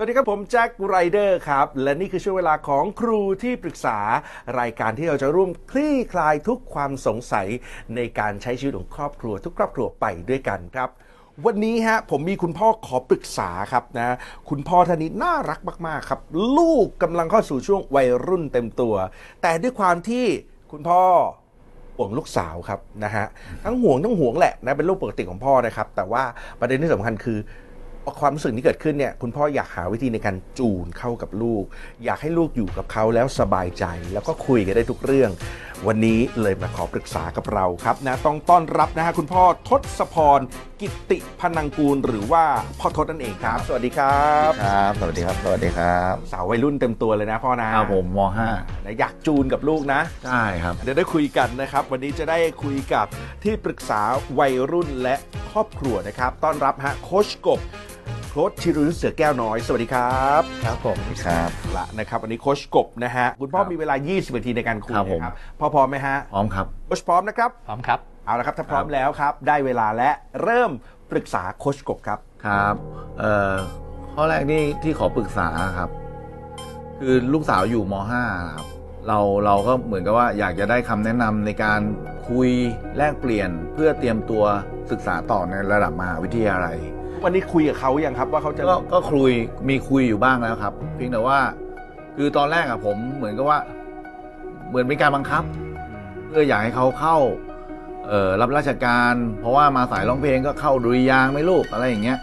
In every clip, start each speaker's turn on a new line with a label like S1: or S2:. S1: วัสดีครับผมแจ็คไรเดอร์ครับ และนี่คือช่วงเวลาของครูที่ปรึกษารายการที่เราจะร่วมคลี่คลายทุกความสงสัยในการใช้ชีวิตของครอบครัว ทุกครอบครัวไปด้วยกันครับ วันนี้ฮะผมมีคุณพ่อขอปรึกษาครับนะคุณพ่อท่านนี้น่ารักมาก ๆ ครับ ลูกกำลังเข้าสู่ช่วงวัยรุ่นเต็มตัว แต่ด้วยความที่คุณพ่อ ห่วงลูกสาวครับนะฮะทั้งห่วงทั้งห่วงแหละนะเป็นลูกปกติของพ่อนะครับ แต่ว่าประเด็นที่สำคัญคือ ความรู้สึกที่เกิดขึ้นเนี่ยคุณพ่ออยากหาวิธีในการจูนเข้ากับลูก อยากให้ลูกอยู่กับเขาแล้วสบายใจ แล้วก็คุยกันได้ทุกเรื่อง วันนี้เลยมาขอปรึกษากับเราครับนะต้องต้อนรับนะฮะคุณพ่อทศพรกิตติพนังกูล หรือว่าพ่อทศนั่นเองครับ สวัสดีครับ
S2: ครับ สวัสดีครับ สวัสดีครับ
S1: สาววัยรุ่นเต็มตัวเลยนะพ่อนะ
S2: ครับผมมห้า
S1: นะอยากจูนกับลูกนะ
S2: ใช่ครับ
S1: เดี๋ยวได้คุยกันนะครับ วันนี้จะได้คุยกับที่ปรึกษาวัยรุ่นและครอบครัวนะครับ ต้อนรับฮะโคชกบโค้ชชิรุยุทธเสือแก้วน้อย สวัสดีครับ
S2: ครับผมครับ
S1: ละนะครับวันนี้โคชกบนะฮะคุณพ่อ
S2: ครับ
S1: มีเวลา 20นาทีในการคุย
S2: ครับผม
S1: นะครับพ่อพร้อมไหมฮะ
S2: พร้อมครับ
S1: โคชพร้อมนะครับ
S3: พร้อมครับ
S1: เอาละครับถ้าพร้อม
S2: ครับ
S1: แล้วครับ ได้เวลาและเริ่มปรึกษาโคชกบครับ
S2: ครับเอ่อข้อแรกนี่ที่ขอปรึกษาครับ คือลูกสาวอยู่มห้าครับ เราเราก็เหมือนกับว่าอยากจะได้คำแนะนำในการคุยแลกเปลี่ยนเพื่อเตรียมตัวศึกษาต่อในระดับมหาวิทยาลัย
S1: วันนี้คุยกับเขายังครับว่าเขาจะ
S2: ก็ก็คุยมีคุยอยู่บ้างแล้วครับ เพียงแต่ว่า คือตอนแรกอะผมเหมือนกับว่า เหมือนเป็นการบังคับ เพื่ออยากให้เขาเข้าเอ่อรับราชการ เพราะว่ามาสายร้องเพลงก็เข้าดุริยางค์ไหม่ลูกอะไรอย่างเงี้ย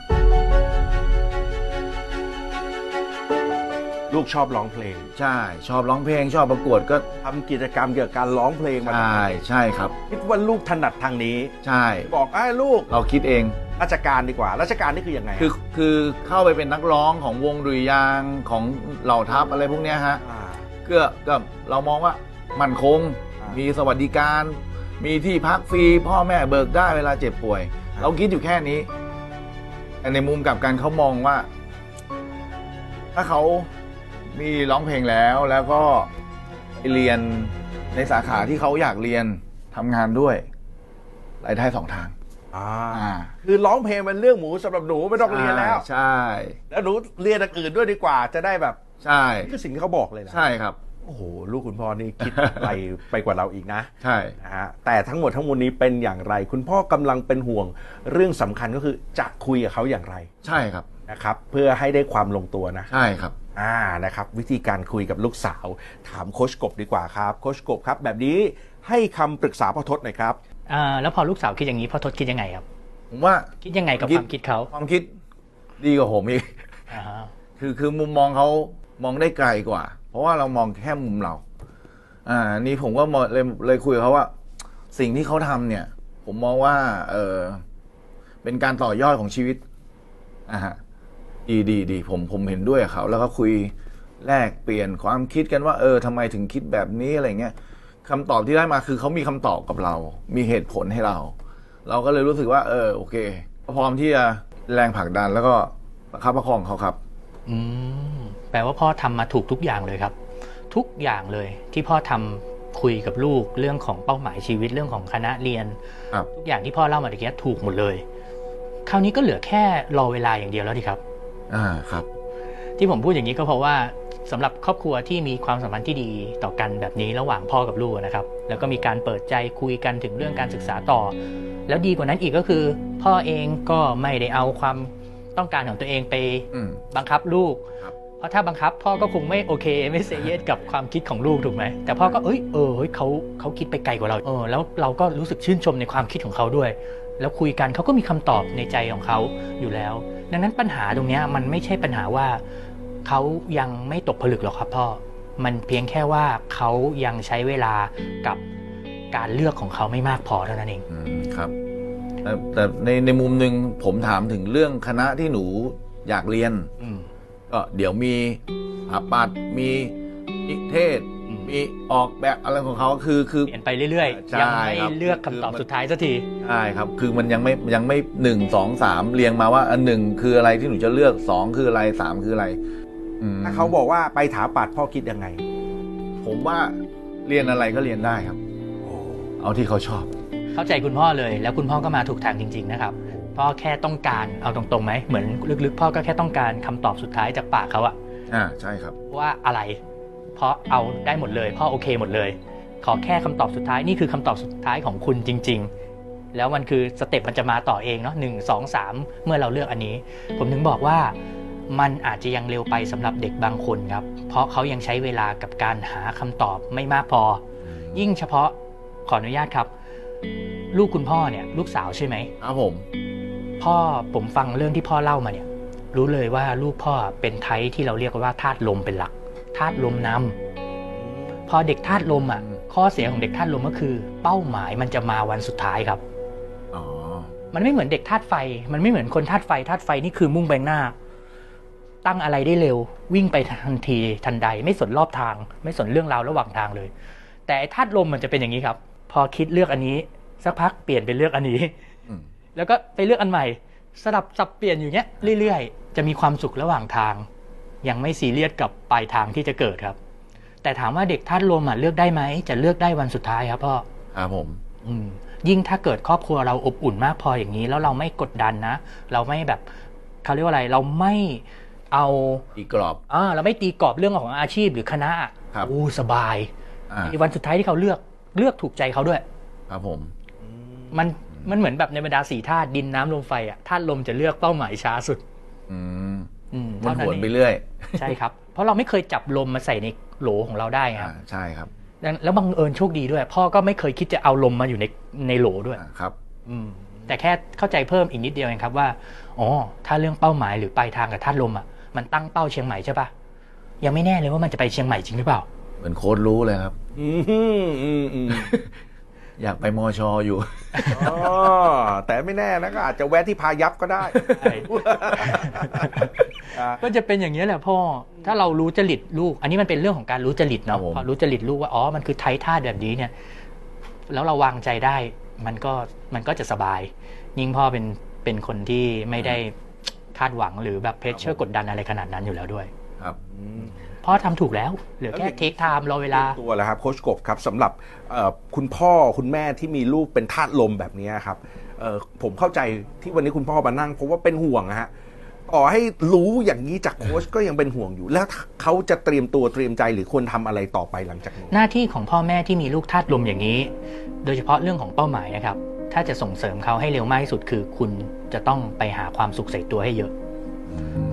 S1: ลูกชอบร้องเพลง
S2: ใช่ชอบร้องเพลง ชอบประกวดก็
S1: ทำกิจกรรมเกี่ยวกับการร้องเพลงมา
S2: ใช่ใช่ครับ
S1: คิดว่าลูกถนัดทางนี้
S2: ใช่
S1: บอกไอ้ลูก
S2: เราคิดเอง
S1: ราชการดีกว่า ราชการนี่คือยังไงะ
S2: คือคือเข้าไปเป็นนักร้องของวงดุริยางค์ของเหล่าทัพอะไรพวกเนี้ยฮะ
S1: า
S2: ก็ก็เรามองว่ามั่นคง
S1: อ่ามี
S2: มีสวัสดิการ มีที่พักฟรี พ่อแม่เบิกได้เวลาเจ็บป่วย
S1: อ่า
S2: เราคิดอยู่แค่นี้แต่ในมุมกลับกันเขามองว่า ถ้าเขามีร้องเพลงแล้วแล้วก็ไปเรียนในสาขาที่เขาอยากเรียนทำงานด้วยรายได้สองทาง
S1: อ่า
S2: อ่า
S1: คือร้องเพลงมันเรื่องหมูสำหรับหนูไม่ต้องเรียนแล้ว
S2: ใช่
S1: แล้วหนูเรียนอย่างอื่นด้วยดีกว่า จะได้แบบ
S2: ใช่
S1: นี่คือสิ่งที่เขาบอกเลยนะ
S2: ใช่ครับ
S1: โอ้โห ลูกคุณพ่อนี่คิดไปไปกว่าเราอีกนะ
S2: ใช่
S1: นะฮะแต่ทั้งหมดทั้งมวลนี้เป็นอย่างไร คุณพ่อกำลังเป็นห่วง เรื่องสำคัญก็คือจะคุยกับเขาอย่างไร
S2: ใช่ครับ
S1: นะครับ เพื่อให้ได้ความลงตัวนะ
S2: ใช่ครับ
S1: อ่านะครับวิธีการคุยกับลูกสาว ถามโคชกบดีกว่าครับ โคชกบครับ แบบนี้ให้คำปรึกษาพ่อทศหน่อยครับ
S3: อ่า แล้วพอลูกสาวคิดอย่างนี้พ่อทศคิดยังไงครับ
S2: ผมว่า
S3: คิดยังไงกับ
S2: คิด
S3: ความคิดเขา
S2: ความคิดดีกว่าผมอีก
S3: อ่าฮะ
S2: คือคือมุมมองเขามองได้ไกลกว่า เพราะว่าเรามองแค่มุมเรา อ่า นี่ผมก็มองเลยเลยคุยกับเขาว่า สิ่งที่เขาทำเนี่ย ผมมองว่า เออเป็นการต่อยอดของชีวิตอ่าฮะดีดีดีผมผมเห็นด้วยกับเขา แล้วก็คุยแลกเปลี่ยนความคิดกันว่า เออทำไมถึงคิดแบบนี้อะไรเงี้ยคำตอบที่ได้มาคือเขามีคำตอบกับเรา มีเหตุผลให้เรา เราก็เลยรู้สึกว่า เออ โอเคพร้อมที่จะแรงผลักดันแล้วก็ประคับประคองเขาครับ
S3: อืม แปลว่าพ่อทำมาถูกทุกอย่างเลยครับ ทุกอย่างเลยที่พ่อทำคุยกับลูกเรื่องของเป้าหมายชีวิตเรื่องของคณะเรียน
S2: ครับ
S3: ทุกอย่างที่พ่อเล่ามาตะกี้ถูกหมดเลย คราวนี้ก็เหลือแค่รอเวลาอย่างเดียวแล้วดีครับ
S2: อ่าครับ
S3: ที่ผมพูดอย่างนี้ก็เพราะว่าสำหรับครอบครัวที่มีความสัมพันธ์ที่ดีต่อกันแบบนี้ระหว่างพ่อกับลูกนะครับ แล้วก็มีการเปิดใจคุยกันถึงเรื่องการศึกษาต่อ แล้วดีกว่านั้นอีกก็คือ พ่อเองก็ไม่ได้เอาความต้องการของตัวเองไป
S2: อืม
S3: บังคับลูก
S2: ครับ
S3: เพราะถ้าบังคับพ่อก็คงไม่โอเค ไม่เซเยสกับความคิดของลูกถูกไหมแต่พ่อก็เอ้ยเออเฮ้ยเขาเขาคิดไปไกลกว่าเราเออแล้วเราก็รู้สึกชื่นชมในความคิดของเขาด้วย แล้วคุยกันเขาก็มีคำตอบในใจของเขาอยู่แล้ว ดังนั้นปัญหาตรงเนี้ยมันไม่ใช่ปัญหาว่าเขายังไม่ตกผลึกหรอกครับพ่อ มันเพียงแค่ว่าเขายังใช้เวลากับการเลือกของเขาไม่มากพอเท่านั้นเอง
S2: อืมครับแต่แต่ในในมุมหนึ่งผมถามถึงเรื่องคณะที่หนูอยากเรียน
S3: อืม
S2: ก็เดี๋ยวมีหาปัดมีนิเทศ
S3: อืม
S2: มีออกแบบอะไรของเขาคือคือ
S3: เปลี่ยนไปเรื่อย
S2: ใช่
S3: ๆยังไม่
S2: ครับ
S3: เลือกคำตอบ
S2: คือมัน
S3: สุดท้ายสักที
S2: ใช่ครับ คือมันยังไม่ยังไม่หนึ่งสองสามเรียงมาว่า อันหนึ่งคืออะไรที่หนูจะเลือกสองคืออะไรสามคืออะไรอืม
S1: ถ้าเขาบอกว่าไปถาปัดพ่อคิดยังไง
S2: ผมว่าเรียนอะไรก็เรียนได้ครับ เอาที่เขาชอบ
S3: เข้าใจคุณพ่อเลยแล้วคุณพ่อก็มาถูกทางจริง ๆ นะครับ พ่อแค่ต้องการเอาตรงๆไหมเหมือนลึกๆ พ่อก็แค่ต้องการคำตอบสุดท้ายจากปากเขาอะ
S2: อ่าใช่ครับ
S3: ว่าอะไร เพราะเอาได้หมดเลย พ่อโอเคหมดเลย ขอแค่คำตอบสุดท้ายนี่คือคำตอบสุดท้ายของคุณจริง ๆ แล้วมันคือสเต็ปมันจะมาต่อเองเนาะหนึ่งสองสามเมื่อเราเลือกอันนี้ ผมถึงบอกว่ามันอาจจะยังเร็วไปสำหรับเด็กบางคนครับ เพราะเขายังใช้เวลากับการหาคำตอบไม่มากพอ ยิ่งเฉพาะขออนุญาตครับ ลูกคุณพ่อเนี่ยลูกสาวใช่ไหม
S2: ครับผม
S3: พ่อผมฟังเรื่องที่พ่อเล่ามาเนี่ย รู้เลยว่าลูกพ่อเป็นไทยที่เราเรียกว่าธาตุลมเป็นหลักธาตุลมนำพอเด็กธาตุลมอ่ะ
S2: อืม
S3: ข้อเสียของเด็กธาตุลมก็คือ เป้าหมายมันจะมาวันสุดท้ายครับ
S2: อ๋อ
S3: มันไม่เหมือนเด็กธาตุไฟ มันไม่เหมือนคนธาตุไฟธาตุไฟนี่คือมุ่งไปข้างหน้า ตั้งอะไรได้เร็ว วิ่งไปทันทีทันใด ไม่สนรอบทาง ไม่สนเรื่องราวระหว่างทางเลย แต่ไอ้ธาตุลมมันจะเป็นอย่างนี้ครับ พอคิดเลือกอันนี้ สักพักเปลี่ยนไปเลือกอันนี้
S2: อืม
S3: แล้วก็ไปเลือกอันใหม่ สลับสับเปลี่ยนอยู่เนี้ยเรื่อยๆ จะมีความสุขระหว่างทาง ยังไม่ซีเรียสกับปลายทางที่จะเกิดครับ แต่ถามว่าเด็กธาตุลมอ่ะเลือกได้ไหมจะเลือกได้วันสุดท้ายครับพ่อ
S2: ครับผม
S3: อืมยิ่งถ้าเกิดครอบครัวเราอบอุ่นมากพออย่างนี้ แล้วเราไม่กดดันนะ เราไม่แบบเขาเรียกว่าอะไรเราไม่เอา
S2: อีกกรอบ
S3: อ่าเราไม่ตีกรอบเรื่องของอาชีพหรือคณะ
S2: ครับ
S3: อู้สบาย
S2: อ่า
S3: ในวันสุดท้ายที่เขาเลือกเลือกถูกใจเขาด้วย
S2: ครับผม
S3: มันมันเหมือนแบบในบรรดาสี่ธาตุดินน้ำลมไฟอ่ะธาตุลมจะเลือกเป้าหมายช้าสุด
S2: อืม
S3: อืม
S2: มันห
S3: เท่านั้น
S2: วนไป
S3: เอง
S2: เรื่อย
S3: ใช่ครับ เพราะเราไม่เคยจับลมมาใส่ในโหลของเราได้ไง
S2: อ่า
S3: ครับ
S2: ใช่ครับ
S3: ดังแล้วบังเอิญโชคดีด้วย พ่อก็ไม่เคยคิดจะเอาลมมาอยู่ในในโหลด้วย
S2: อ่าครับ
S3: อืมแต่แค่เข้าใจเพิ่มอีกนิดเดียวเองครับว่า อ๋อ ถ้าเรื่องเป้าหมายหรือปลายทางกับท่านลมอ่ะ มันตั้งเป้าเชียงใหม่ใช่ปะยังไม่แน่เลยว่ามันจะไปเชียงใหม่จริงหรือเปล่า
S2: เหมือนโค้ดรู้เลยครับ
S1: อืมอืมอืมอืม
S2: อยากไปมอชออยู่
S1: อ๋อแต่ไม่แน่นะก็อาจจะแวะที่พายัพก็ ได้
S3: ใช่
S1: อ่ะ
S3: ก็จะเป็นอย่างนี้ยแหละพ่อ ถ้าเรารู้จริตลูก อันนี้มันเป็นเรื่องของการรู้จริต
S2: ครั
S3: เนาะ
S2: บผม
S3: พอรู้จริตลูกว่า อ๋อ มันคือไทยท่าสแบบนี้เนี่ย แล้วเราวางใจได้ มันก็ มันก็จะสบาย ยิ่งพ่อเป็น เป็นคนที่ไม่ได้คาดหวังหรือแบบเพรสเชอร์กดดันอะไรขนาดนั้นอยู่แล้วด้วย
S2: ครับ
S3: พ่อทำถูกแล้ว เหลือแค่
S1: แล้วอย่าง
S3: เทคไทม์รอเวลา
S1: ตัวแล้วครับโคชกบครับสำหรับเอ่อคุณพ่อคุณแม่ที่มีลูกเป็นธาตุลมแบบนี้ครับเอ่อผมเข้าใจที่วันนี้คุณพ่อมานั่งเพราะว่าเป็นห่วงนะฮะต่อให้รู้อย่างนี้จากโค้ชก็ยังเป็นห่วงอยู่ แล้วเขาจะเตรียมตัวเตรียมใจหรือควรทำอะไรต่อไปหลังจากนี้
S3: หน้าที่ของพ่อแม่ที่มีลูกทาสลมอย่างนี้ โดยเฉพาะเรื่องของเป้าหมายนะครับ ถ้าจะส่งเสริมเขาให้เร็วมากที่สุดคือ คุณจะต้องไปหาความสุขใส่ตัวให้เยอะ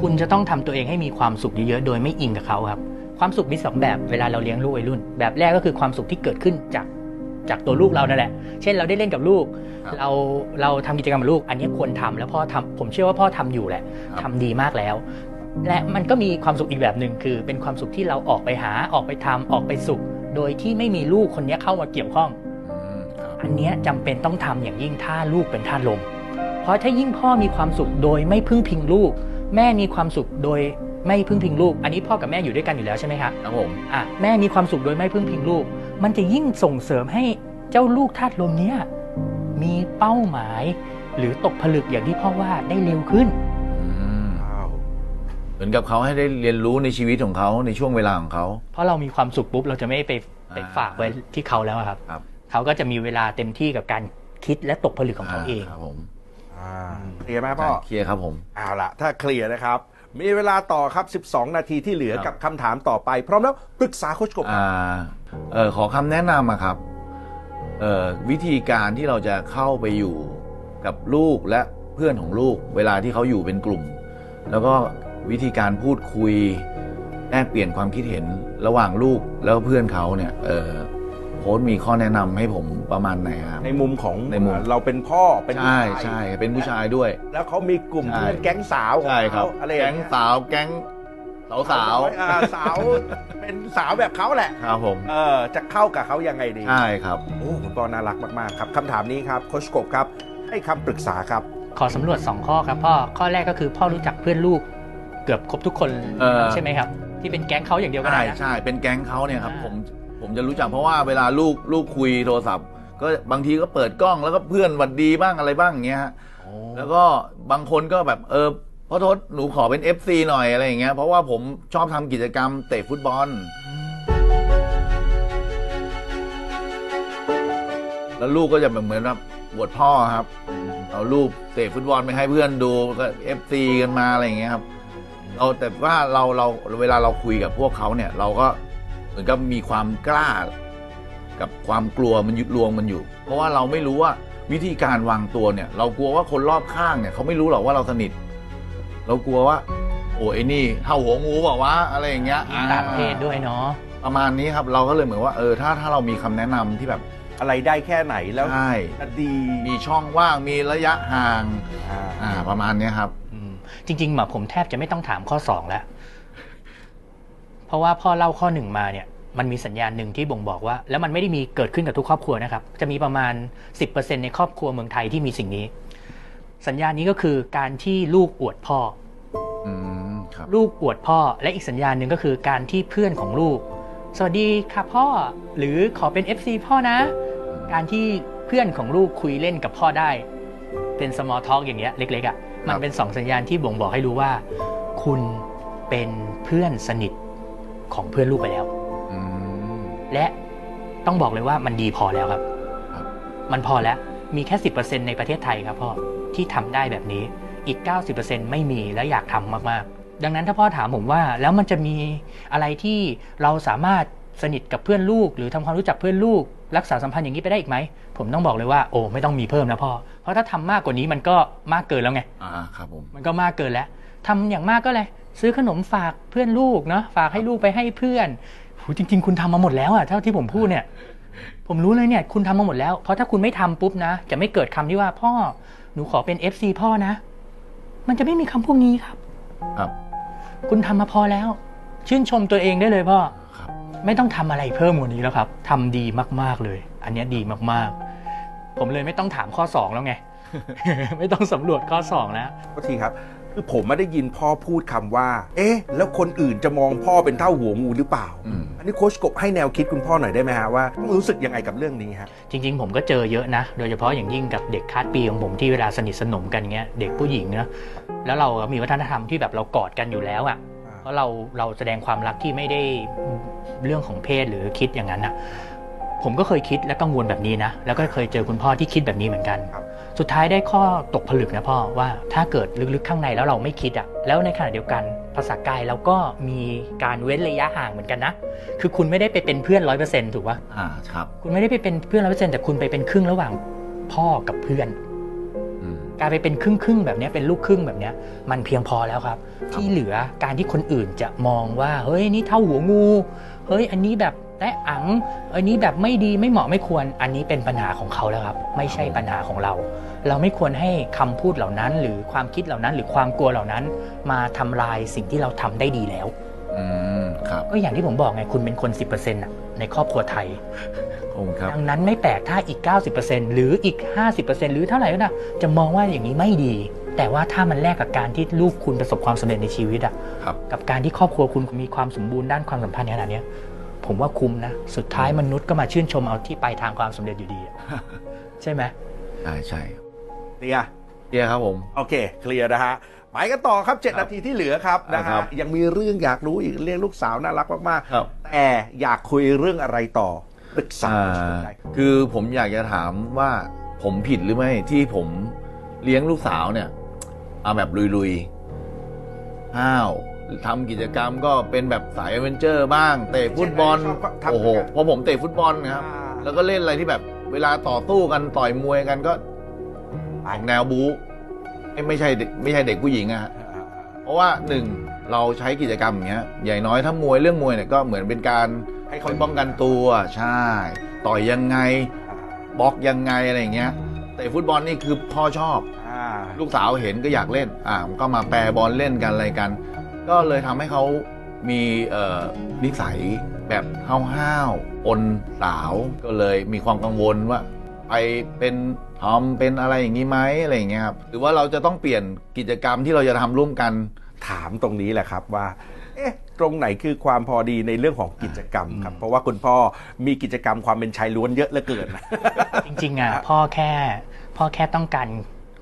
S3: คุณจะต้องทำตัวเองให้มีความสุขเยอะๆ โดยไม่อิงกับเขาครับ ความสุขมีสองแบบเวลาเราเลี้ยงลูกวัยรุ่น แบบแรกก็คือความสุขที่เกิดขึ้นจากจากตัวลูกเรานั่นแหละ เช่นเราได้เล่นกับลูก
S2: ครับ
S3: เราเราทำกิจกรรมกับลูก อันนี้ควรทำแล้วพ่อทำผมเชื่อว่าพ่อทำอยู่แหละ
S2: ครับ
S3: ทำดีมากแล้ว และมันก็มีความสุขอีกแบบหนึ่งคือ เป็นความสุขที่เราออกไปหาออกไปทำออกไปสุข โดยที่ไม่มีลูกคนเนี้ยเข้ามาเกี่ยวข้อง
S2: อืมครับ
S3: อันเนี้ยจำเป็นต้องทำอย่างยิ่งถ้าลูกเป็นท่าสลม เพราะถ้ายิ่งพ่อมีความสุขโดยไม่พึ่งพิงลูก แม่มีความสุขโดยไม่พึ่งพิงลูก อันนี้พ่อกับแม่อยู่ด้วยกันอยู่แล้วใช่ไหมคะ
S2: ครับผม
S3: อ่ะแม่มีความสุขโดยไม่พึ่งพิงลูก มันจะยิ่งส่งเสริมให้เจ้าลูกท่าสลมเนี้ยมีเป้าหมาย หรือตกผลึกอย่างที่พ่อว่าได้เร็วขึ้น
S2: อืมเหมือนกับเขาให้ได้เรียนรู้ในชีวิตของเขาในช่วงเวลาของเขา
S3: เพราะเรามีความสุขปุ๊บเราจะไม่ไปไป
S2: อ่า
S3: ฝากไว้ที่เขาแล้วอะครับ
S2: ครับ
S3: เขาก็จะมีเวลาเต็มที่กับการคิดและตกผลึกของเขาเอง
S2: ครับผม
S1: อ่าเคลียร์ไหม
S2: อาจา
S1: พ่อ
S2: รย์เคลียร์ครับผม
S1: เอาละถ้าเคลียร์นะครับ มีเวลาต่อครับ 12 นาทีที่เหลือ
S2: ครับ
S1: กับคำถามต่อไป พร้อมแล้วปรึกษาโคชกบ
S2: อ่าเออขอคำแนะนำอะครับเออวิธีการที่เราจะเข้าไปอยู่กับลูกและเพื่อนของลูก เวลาที่เขาอยู่เป็นกลุ่ม แล้วก็วิธีการพูดคุยแลกเปลี่ยนความคิดเห็นระหว่างลูกแล้วเพื่อนเขาเนี่ยเออโค้ชมีข้อแนะนำให้ผมประมาณไหนครับ
S1: ในมุมของ
S2: ในมุม
S1: เราเป็นพ่อเป็นผู้
S2: ใช่
S1: ชาย
S2: ใช่เป็นผู้ชายด้วย
S1: แล้วเขามีกลุ่ม
S2: ใช่
S1: เพื่อนแก๊งสาวของ
S2: ใช่ครั
S1: เขา
S2: บ
S1: อะไรอย่า
S2: แก๊ง
S1: เย
S2: สาวแก๊งสาวสาวๆ
S1: อ่สาวเป็นสาวแบบเขาแหละ
S2: ครับผม
S1: เออจะเข้ากับเขายังไงดี
S2: ใช่ครับ
S1: โอ้คุณปอน่ารักมาก ๆ ครับคำถามนี้ครับโคชกบครับ ให้คำปรึกษาครับ
S3: ขอสำรวจ 2 ข้อครับพ่อ ข้อแรกก็คือพ่อรู้จักเพื่อนลูก เกือบครบทุกคน
S2: เออ
S3: ใช่ไหมครับ ที่เป็นแก๊งเขาอย่างเดียวก็
S2: ใช่
S3: ได้นะ
S2: ใช่เป็นแก๊งเขาเนี่ยครับ
S3: อ่า
S2: ผมผมจะรู้จักเพราะว่าเวลาลูกลูกคุยโทรศัพท์ ก็บางทีก็เปิดกล้องแล้วก็เพื่อนหวัดดีบ้างอะไรบ้างอย่างเงี้ยฮะแล้วก็บางคนก็แบบเออพ่อทศหนูขอเป็น FC หน่อยอะไรอย่างเงี้ยเพราะว่าผมชอบทำกิจกรรมเตะฟุตบอล แล้วลูกก็จะแบบเหมือนแบบบวชพ่อครับ เอารูปเตะฟุตบอลไปให้เพื่อนดูก็เอฟซีกันมาอะไรอย่างเงี้ยครับเราแต่ว่าเราเราเวลาเราคุยกับพวกเขาเนี่ย เราก็เหมือนกับมีความกล้า กับความกลัวมันยุดรวงมันอยู่ เพราะว่าเราไม่รู้ว่าวิธีการวางตัวเนี่ย เรากลัวว่าคนรอบข้างเนี่ยเขาไม่รู้หรอกว่าเราสนิท เรากลัวว่า โอ้ไอ้นี่เท่าหัวงูบอกว่าวะอะไรอย่างเงี้ยอ่
S3: ต่างเพศด้วยเนาะ
S2: ประมาณนี้ครับ เราก็เลยเหมือนว่าเออถ้าถ้าเรามีคำแนะนำที่แบบ
S1: อะไรได้แค่ไหนแล้ว
S2: ใช่
S1: ดี
S2: มีช่องว่างมีระยะห่าง
S1: อ่า
S2: อ่าประมาณเนี้ยครับ
S3: อืมจริงๆหมาผมแทบจะไม่ต้องถามข้อสองแล้ว เพราะว่าพ่อเล่าข้อหนึ่งมาเนี่ย มันมีสัญญาณหนึ่งที่บ่งบอกว่า แล้วมันไม่ได้มีเกิดขึ้นกับทุกครอบครัวนะครับ จะมีประมาณ 10%ในครอบครัวเมืองไทยที่มีสิ่งนี้ สัญญาณนี้ก็คือการที่ลูกอวดพ่อ
S2: อืมครับ
S3: ลูกอวดพ่อ และอีกสัญญาณหนึ่งก็คือการที่เพื่อนของลูก สวัสดีค่ะพ่อ หรือขอเป็น FC พ่อนะ การที่เพื่อนของลูกคุยเล่นกับพ่อได้ เป็น small talk อย่างเงี้ยเล็กๆอะ่ะมันเป็นสองสัญญาณที่บ่งบอกให้รู้ว่า คุณเป็นเพื่อนสนิทของเพื่อนลูกไปแล้ว
S2: อืม
S3: และต้องบอกเลยว่ามันดีพอแล้วครับ
S2: ครับ
S3: มันพอแล้ว มีแค่ 10%ในประเทศไทยครับพ่อ ที่ทำได้แบบนี้ อีก 90%ไม่มีและอยากทำมากๆ ดังนั้นถ้าพ่อถามผมว่า แล้วมันจะมีอะไรที่เราสามารถสนิทกับเพื่อนลูก หรือทำความรู้จักเพื่อนลูก รักษาสัมพันธ์อย่างนี้ไปได้อีกไหม ผมต้องบอกเลยว่า โอ้ไม่ต้องมีเพิ่มแล้วพ่อ เพราะถ้าทำมากกว่านี้มันก็มากเกินแล้วไง
S2: อ่าครับผม
S3: มันก็มากเกินแล้วทำอย่างมากก็เลยซื้อขนมฝากเพื่อนลูกเนาะฝากให้ลูกไปให้เพื่อนหูจริง ๆ คุณทำมาหมดแล้วอะเท่าที่ผมพูดเนี่ย ผมรู้เลยเนี่ย คุณทำมาหมดแล้ว เพราะถ้าคุณไม่ทำปุ๊บนะ จะไม่เกิดคำที่ว่าพ่อ หนูขอเป็น FC พ่อนะ มันจะไม่มีคำพวกนี้ครับ
S2: ครับ
S3: คุณทำมาพอแล้ว ชื่นชมตัวเองได้เลยพ่อ
S2: ครับ
S3: ไม่ต้องทำอะไรเพิ่มกว่านี้แล้วครับ ทำดีมากๆเลย อันเนี้ยดีมากๆ ผมเลยไม่ต้องถามข้อสอง แล้วไง ไม่ต้องสำรวจข้อสองแล้ว
S1: ก็ทีครับคือผมไม่ได้ยินพ่อพูดคำว่า เอ๊ะ แล้วคนอื่นจะมองพ่อเป็นเท่าหัวงูหรือเปล่า
S2: อืม
S1: อันนี้โค้ชกบให้แนวคิดคุณพ่อหน่อยได้ไหมฮะว่าต้องรู้สึกยังไงกับเรื่องนี้ฮะ
S3: จริงๆ ผมก็เจอเยอะนะ โดยเฉพาะอย่างยิ่งกับเด็กคาดปีของผมที่เวลาสนิทสนมกันเงี้ย เด็กผู้หญิงนะ แล้วเรามีวัฒนธรรมที่แบบเรากอดกันอยู่แล้วอะ่ะ เพราะเราเราแสดงความรักที่ไม่ได้เรื่องของเพศหรือคิดอย่างนั้นอ่ะ ผมก็เคยคิดและกังวลแบบนี้นะ แล้วก็เคยเจอคุณพ่อที่คิดแบบนี้เหมือนกัน
S1: ครับ
S3: สุดท้ายได้ข้อตกผลึกนะพ่อว่าถ้าเกิดลึกๆข้างในแล้วเราไม่คิดอะ่ะ แล้วในขณะเดียวกันภาษากายเราก็มีการเว้นระยะห่างเหมือนกันนะ คือคุณไม่ได้ไปเป็นเพื่อนร้อยเปอร์เซ็นต์ถูกปะ
S2: อ่าครับ
S3: คุณไม่ได้ไปเป็นเพื่อนร้อยเปอร์เซ็นต์แต่คุณไปเป็นครึ่งระหว่างพ่อกับเพื่อน
S2: อืม
S3: การไปเป็นครึ่งครึ่งๆแบบเนี้ยเป็นลูกครึ่งแบบเนี้ยมันเพียงพอแล้วครับ
S2: ครับ
S3: ที่เหลือการที่คนอื่นจะมองว่า เฮ้ยนี่เท่าหัวงูเฮ้ยอันนี้แบบแตะอังอันนี้แบบไม่ดีไม่เหมาะไม่ควรอันนี้เป็นปัญหาของเขาแล้วครับ ไม่ใช่ปัญหาของเรา เราไม่ควรให้คำพูดเหล่านั้น หรือความคิดเหล่านั้น หรือความกลัวเหล่านั้น มาทำลายสิ่งที่เราทำได้ดีแล้ว
S2: อืมครับ
S3: ก็อย่างที่ผมบอกไงคุณเป็นคน 10%น่ะในครอบครัวไทย
S2: ขอบคุณครับ
S3: ดังนั้นไม่แปลกถ้าอีก 90%หรืออีก 50%หรือเท่าไหร่ก็ได้จะมองว่าอย่างนี้ไม่ดี แต่ว่าถ้ามันแลกกับการที่ลูกคุณประสบความสำเร็จในชีวิตอะ
S2: ครับ
S3: กับการที่ครอบครัวคุณมีความสมบูรณ์ด้านความสัมพันธ์ในขนาดเนี้ยผมว่าคุ้มนะ สุดท้ายมนุษย์ก็มาชื่นชมเอาที่ปลายทางความสำเร็จอยู่ดี อะใช่ไหม
S2: ใช่ใช่
S1: เตีย
S2: เดียครับผม
S1: โอเค เคลียร์นะฮะไปกันต่อครับ
S2: ค
S1: 7
S2: รับ
S1: นาทีที่เหลือครับนะ
S2: ครั
S1: ฮะ
S2: บ
S1: ยังมีเรื่องอยากรู้อีกเรื่องลูกสาวน่ารักมาก
S2: ครับ
S1: ๆแต่อยากคุยเรื่องอะไรต่อปรึกษา
S2: อ่า
S1: โค้ชกบได้ครับ
S2: คือผมอยากจะถามว่าผมผิดหรือไม่ที่ผมเลี้ยงลูกสาวเนี่ย เอาแบบลุยๆห้าวทำกิจกรรมก็เป็นแบบสายเอดเวนเจอร์บ้างเตะฟุตบอลโอ้โหเพราะผมเตะฟุตบอลนะครับ แล้วก็เล่นอะไรที่แบบเวลาต่อสู้กันต่อยมวยกันก็ออกแนวบู๊ไม่ไม่ใช่เด็กไม่ใช่เด็กผู้หญิงอะฮะ
S1: อ่า
S2: เพราะว่าหนึ่งเราใช้กิจกรรมอย่างเงี้ยใหญ่างน้อยถ้ามวยเรื่องมวยเนี่ยก็เหมือนเป็นการ
S1: ให้
S2: ให้
S1: เขา
S2: เขาป้องกันตัวใช่ ต่อยยังไงบล็อกยังไงอะไรอย่างเงี้ยแต่ฟุตบอลนี่คือพ่อชอบ
S1: อ่า
S2: ลูกสาวเห็นก็อยากเล่นอ่าก็มาแปรบอลเล่นกันอะไรกัน ก็เลยทำให้เขามีเอ่อนิสัยแบบห้าวๆปนสาวก็เลยมีความกังวลว่าไปเป็นทอมเป็นอะไรอย่างนี้ไหมอะไรอย่างเงี้ยครับหรือว่าเราจะต้องเปลี่ยนกิจกรรมที่เราจะทำร่วมกัน
S1: ถามตรงนี้แหละครับว่า เอ๊ะ ตรงไหนคือความพอดีในเรื่องของกิจกรรมครับ เพราะว่าคุณพ่อมีกิจกรรมความเป็นชายล้วนเยอะเหลือเกิน
S3: จริงๆอ่ะพ่อแค่พ่อแค่ต้องการ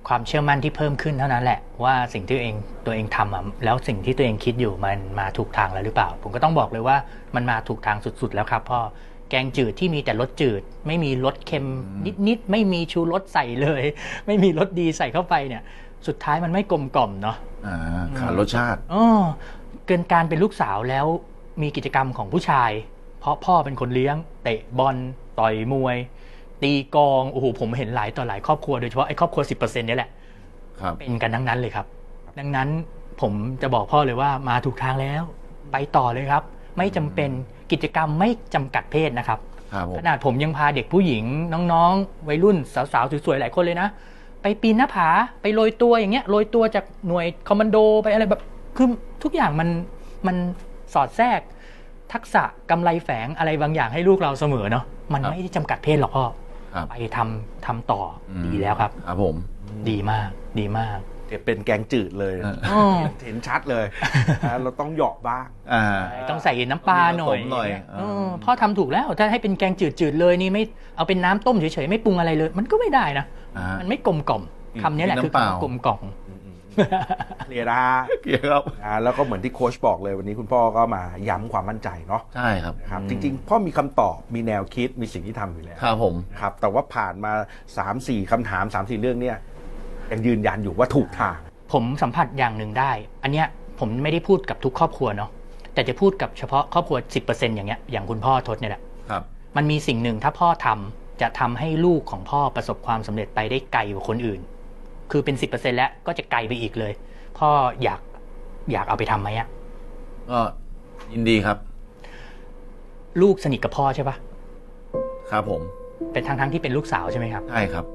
S3: ความเชื่อมั่นที่เพิ่มขึ้นเท่านั้นแหละ ว่าสิ่งที่ตัวเองตัวเองทำอ่ะแล้วสิ่งที่ตัวเองคิดอยู่มันมาถูกทางแล้วหรือเปล่า ผมก็ต้องบอกเลยว่ามันมาถูกทางสุดๆแล้วครับพ่อ แกงจืดที่มีแต่รสจืด ไม่มีรสเค็มนิดๆไม่มีชูรสใส่เลย ไม่มีรสดีใส่เข้าไปเนี่ย สุดท้ายมันไม่กลมกล่อมเนาะ
S2: อ่าขาดรสชาติ
S3: อ๋อเกินการเป็นลูกสาวแล้วมีกิจกรรมของผู้ชาย เพราะพ่อเป็นคนเลี้ยง เตะบอลต่อยมวย ตีกลองโอ้โหผมเห็นหลายต่อหลายครอบครัวโดยเฉพาะไอ้ครอบครัว 10%เนี่ยแหละ
S2: ครับ
S3: เป็นกันทั้งนั้นเลยครับ ดังนั้นผมจะบอกพ่อเลยว่ามาถูกทางแล้ว ไปต่อเลยครับ ไม่จำเป็นกิจกรรมไม่จำกัดเพศนะครับ
S2: ครับผม
S3: ขนาดผมยังพาเด็กผู้หญิงน้องๆ วัยรุ่นสาวๆ สวยๆ หลายคนเลยนะ ไปปีนหน้าผา ไปโรยตัวอย่างเงี้ยโรยตัวจากหน่วยคอมมานโดไปอะไรแบบ คือทุกอย่างมันมันสอดแทรก ทักษะกำไรแฝงอะไรบางอย่างให้ลูกเราเสมอเนาะมันไม่ได้จำกัดเพศหรอกพ่อ
S2: ครับ
S3: ไปทำทำต่ออดีแล้วครับ
S2: ครับผม
S3: ดีมากดีมาก
S1: เดี๋ยวเป็นแกงจืดเลย
S2: อ่า
S3: อ้อ
S1: เห็นชัดเลยนะเราต้องเหยาะบ้าง
S2: อ่า
S3: ต้องใส่น้ำปลาหน่อ
S2: ต้อ
S3: ย
S2: งมีผสมหน่อย
S3: เออ
S2: เออ
S3: พ่อทำถูกแล้วถ้าให้เป็นแกงจืดๆเลยนี่ไม่เอาเป็นน้ำต้มเฉยๆไม่ปรุงอะไรเลย มันก็ไม่ได้นะ
S2: อ่า
S3: มันไม่กลมกล่อม
S2: อืม
S3: คำนี้แหละ
S2: กิน
S3: คือ
S2: น้ำเปล่า
S3: คำกลมกล่อม
S1: เคลียร์นะ
S2: เกี่ยวครับ
S1: อ่าแล้วก็เหมือนที่โค้ชบอกเลยวันนี้คุณพ่อก็มาย้ำความมั่นใจเนาะ
S2: ใช่ครับ
S1: นะครับจริง ๆ พ่อมีคำตอบมีแนวคิดมีสิ่งที่ทำอยู่แล้ว
S2: ครับผม
S1: นะครับแต่ว่าผ่านมา 3 4คำถาม 3 4 เรื่องเนี่ยยังยืนยันอยู่ว่าถูกทาง
S3: ผมสัมผัสอย่างหนึ่งได้ อันเนี้ยผมไม่ได้พูดกับทุกครอบครัวเนาะแต่จะพูดกับเฉพาะครอบครัว 10%อย่างเงี้ยอย่างคุณพ่อทศเนี่ยแหละ
S2: ครับ
S3: มันมีสิ่งหนึ่งถ้าพ่อทำจะทำให้ลูกของพ่อประสบความสำเร็จไปได้ไกลกว่าคนอื่น คือเป็น 10%แล้วก็จะไกลไปอีกเลย พ่ออยากอยากเอาไปทำไหมอะ
S2: ก็ยินดีครับ
S3: ลูกสนิทกับพ่อใช่ปะ
S2: ครับผม
S3: เป็นทั้งทั้งๆที่เป็นลูกสาวใช่ไหมครับ
S2: ใช่ครับ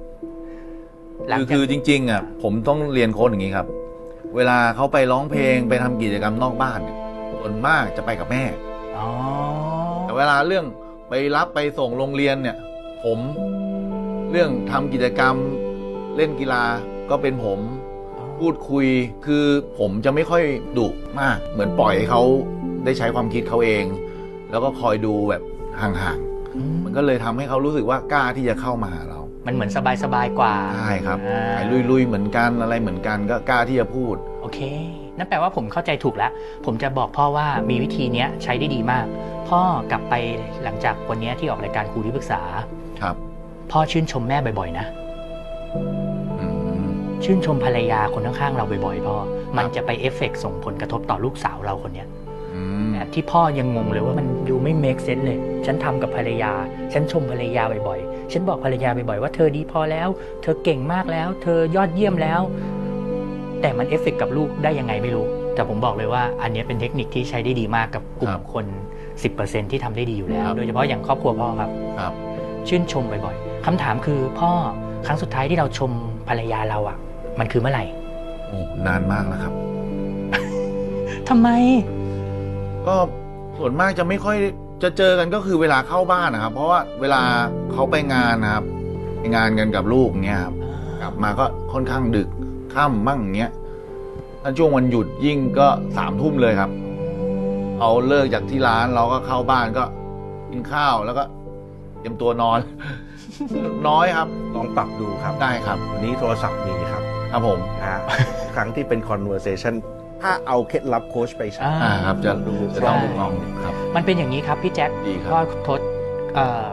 S3: หลัง
S2: คือ
S3: จาก
S2: คือจริง ๆอ่ะผมต้องเรียนโค้ดอย่างนี้ครับ เวลาเขาไปร้องเพลงไปทำกิจกรรมนอกบ้านเนี่ยส่วนมากจะไปกับแม่
S3: อ๋อ
S2: แต่เวลาเรื่องไปรับไปส่งโรงเรียนเนี่ย ผมเรื่องทำกิจกรรมเล่นกีฬาก็เป็นผมพูดคุยคือผมจะไม่ค่อยดุมาก เหมือนปล่อยให้เขาได้ใช้ความคิดเขาเอง แล้วก็คอยดูแบบห่าง
S3: อืม
S2: ๆ มันก็เลยทำให้เขารู้สึกว่ากล้าที่จะเข้ามาหาเรา
S3: มันเหมือนสบายสบายๆกว่า
S2: ใช่ครับ
S3: อ่า
S2: ไอ้ลุยๆ เหมือนกันอะไรเหมือนกันก็กล้าที่จะพูด
S3: โอเค นั่นแปลว่าผมเข้าใจถูกแล้ว ผมจะบอกพ่อว่ามีวิธีเนี้ยใช้ได้ดีมาก พ่อกลับไปหลังจากวันเนี้ยที่ออกรายการครูที่ปรึกษา
S2: ครับ
S3: พ่อชื่นชมแม่บ่อยๆนะ
S2: อืม
S3: ชื่นชมภรรยาคนข้างๆเราบ่อยๆพ่อ มัน
S2: ครับ
S3: จะไปเอฟเฟกต์ส่งผลกระทบต่อลูกสาวเราคนเนี้ย
S2: อืม
S3: แบบที่พ่อยังงงเลยว่ามันดูไม่ make sense เลย ฉันทำกับภรรยา ฉันชมภรรยาบ่อยๆ ฉันบอกภรรยาบ่อยๆว่าเธอดีพอแล้ว เธอเก่งมากแล้ว เธอยอดเยี่ยมแล้ว แต่มันเอฟเฟกต์กับลูกได้ยังไงไม่รู้ แต่ผมบอกเลยว่าอันเนี้ยเป็นเทคนิคที่ใช้ได้ดีมากกับกลุ่มคน 10%ที่ทำได้ดีอยู่แล้ว โดยเฉพาะอย่างครอบครัวพ่อครับ
S2: ครับ
S3: ชื่นชมบ่อยๆคำถามคือพ่อครั้งสุดท้ายที่เราชมภรรยาเราอะ่ะ มันคือเมื่อไหร่
S2: โอ้นานมากแล้วครับ
S3: ทำไม
S2: ก็ส่วนมากจะไม่ค่อยจะเจอกันก็คือเวลาเข้าบ้านนะครับ เพราะว่าเวลาเขาไปงานนะครับไปงานกันกับลูกเนี่ยครับกลับมาก็ค่อนข้างดึกค่ำมั่งอย่างเงี้ยถ้าช่วงวันหยุดยิ่งก็สามทุ่มเลยครับเอาเลิกจากที่ร้านเราก็เข้าบ้านก็กินข้าวแล้วก็เตรียมตัวนอน น้อยครับ
S1: ลองปรับดูครับ
S2: ได้ครับ
S1: วันนี้โทรศัพท์มีครับ
S2: ครับผม
S1: นะฮะครั้งที่เป็น conversation ถ้าเอาเคล็ดลับโค้ชไปใช้
S3: อ่า
S2: อ่าครับ จะ
S1: ดู
S2: จะต้อง
S3: ใช่
S2: ดูกล้องครับ
S3: มันเป็นอย่างนี้ครับพี่แจ็ค
S2: ดีครับ
S3: พ่อทศเอ่อ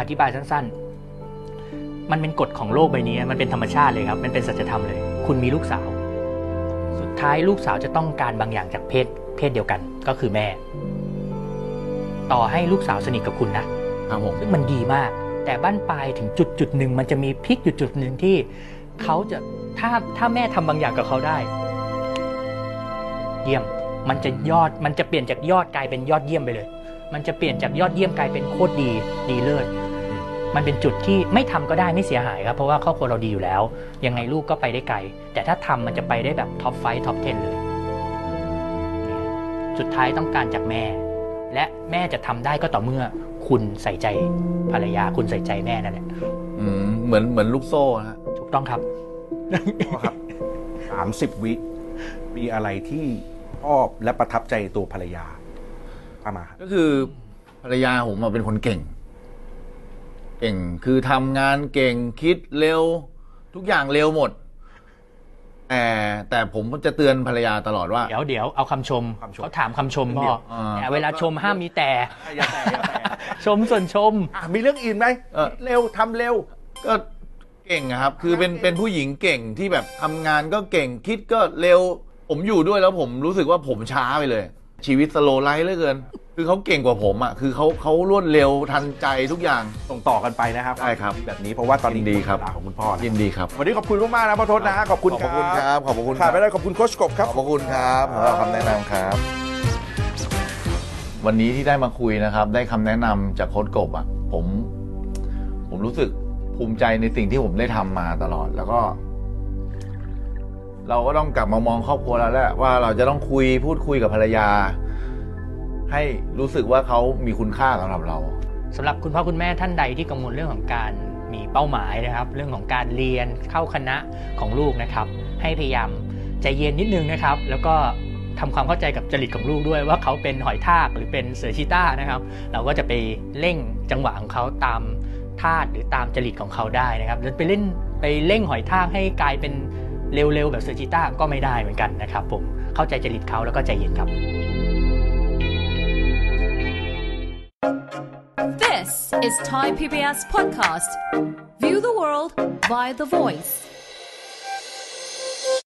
S3: อธิบายสั้นๆ มันเป็นกฎของโลกใบนี้มันเป็นธรรมชาติเลยครับ มันเป็นสัจธรรมเลย คุณมีลูกสาว สุดท้ายลูกสาวจะต้องการบางอย่างจากเพศเพศเดียวกันก็คือแม่ ต่อให้ลูกสาวสนิทกับคุณนะ
S2: ครับผม
S3: ซึ่งมันดีมาก แต่บ้านปลายถึงจุดจุดหนึ่งมันจะมีพลิกจุดจุดหนึ่งที่เขาจะถ้าถ้าแม่ทำบางอย่างกับเขาได้ เยี่ยม มันจะยอดมันจะเปลี่ยนจากยอดกลายเป็นยอดเยี่ยมไปเลย มันจะเปลี่ยนจากยอดเยี่ยมกลายเป็นโคตรดีดีเลิศมันเป็นจุดที่ไม่ทำก็ได้ไม่เสียหายครับ เพราะว่าครอบครัวเราดีอยู่แล้ว ยังไงลูกก็ไปได้ไกล แต่ถ้าทำมันจะไปได้แบบท็อปไฟท็อป10เลย สุดท้ายต้องการจากแม่ และแม่จะทำได้ก็ต่อเมื่อคุณใส่ใจภรรยาคุณใส่ใจแม่นั่นแหละ
S2: อืมเหมือนเหมือนลูกโซ่นะฮะ
S3: ถูกต้องครับ
S1: พ่อครับสามสิบ30 วิ มีอะไรที่ชอบและประทับใจตัวภรรยาเอามาครับ
S2: ก็คือภรรยาผมอะเป็นคนเก่ง เก่งคือทำงานเก่งคิดเร็ว ทุกอย่างเร็วหมด แต่แต่ผมจะเตือนภรรยาตลอดว่า
S3: เดี๋ยวเดี๋ยวเอาคำชม
S1: คำชม
S3: เขาถามคำชม
S1: เดี๋
S3: พ่
S1: ย
S3: อ
S1: ว
S2: อ่า
S3: แต่เวลาชมห้ามมีแต่
S1: อย่าแต่อย่าแต่
S3: ชมส่วนชม
S1: อ่ะมีเรื่องอื่นไหม
S2: เออ
S1: คิดเร็วทำเร็ว
S2: ก็เก่งอะครับ คือเป็นเป็นผู้หญิงเก่งที่แบบทำงานก็เก่งคิดก็เร็ว ผมอยู่ด้วยแล้วผมรู้สึกว่าผมช้าไปเลย ชีวิตสโลไลท์เหลือเกิน คือเขาเก่งกว่าผมอ่ะ คือเขาเขารวดเร็วทันใจทุกอย่าง
S1: ส่งต่อกันไปนะครับ
S2: ได้ครับ
S1: แบบนี้เพราะว่าตอนนี้
S2: ยินดีครับ
S1: เวลาของคุณพ่อ
S2: ยิ
S1: แล้ว
S2: นดีครับ
S1: วันนี้ขอบคุณมากๆนะพ่อทศนะขอบคุณ
S2: ขอบคุณครับ ขอบคุณค
S1: ขา
S2: รั
S1: ด
S2: บ
S1: ไม่ได้ขอบคุณโค้ชกบค
S2: ข
S1: รับ
S2: อบพระคุณครับสำหรับคำแนะนำครับ วันนี้ที่ได้มาคุยนะครับ ได้คำแนะนำจากโค้ชกบอ่ะ ผม ผมรู้สึกภูมิใจในสิ่งที่ผมได้ทำมาตลอด แล้วก็ เราก็ต้องกลับมามองครอบครัวแล้วแหละว่าเราจะต้องคุยพูดคุยกับภรรยา ให้รู้สึกว่าเขามีคุณค่าสำหรับเรา
S3: สำหรับคุณพ่อคุณแม่ท่านใดที่กังวลเรื่องของการมีเป้าหมายนะครับ เรื่องของการเรียนเข้าคณะของลูกนะครับ ให้พยายามใจเย็นนิดนึงนะครับ แล้วก็ทำความเข้าใจกับจริตของลูกด้วยว่าเขาเป็นหอยทากหรือเป็นเสือชีต้านะครับ เราก็จะไปเร่งจังหวะของเขาตามธาตุหรือตามจริตของเขาได้นะครับหรือไปเล่นไปเร่งหอยทากให้กลายเป็นเร็วๆแบบเสือชีต้าก็ไม่ได้เหมือนกันนะครับ ผมเข้าใจจริตเขาแล้วก็ใจเย็นครับ
S4: This is Thai PBS Podcast. View the world via the voice.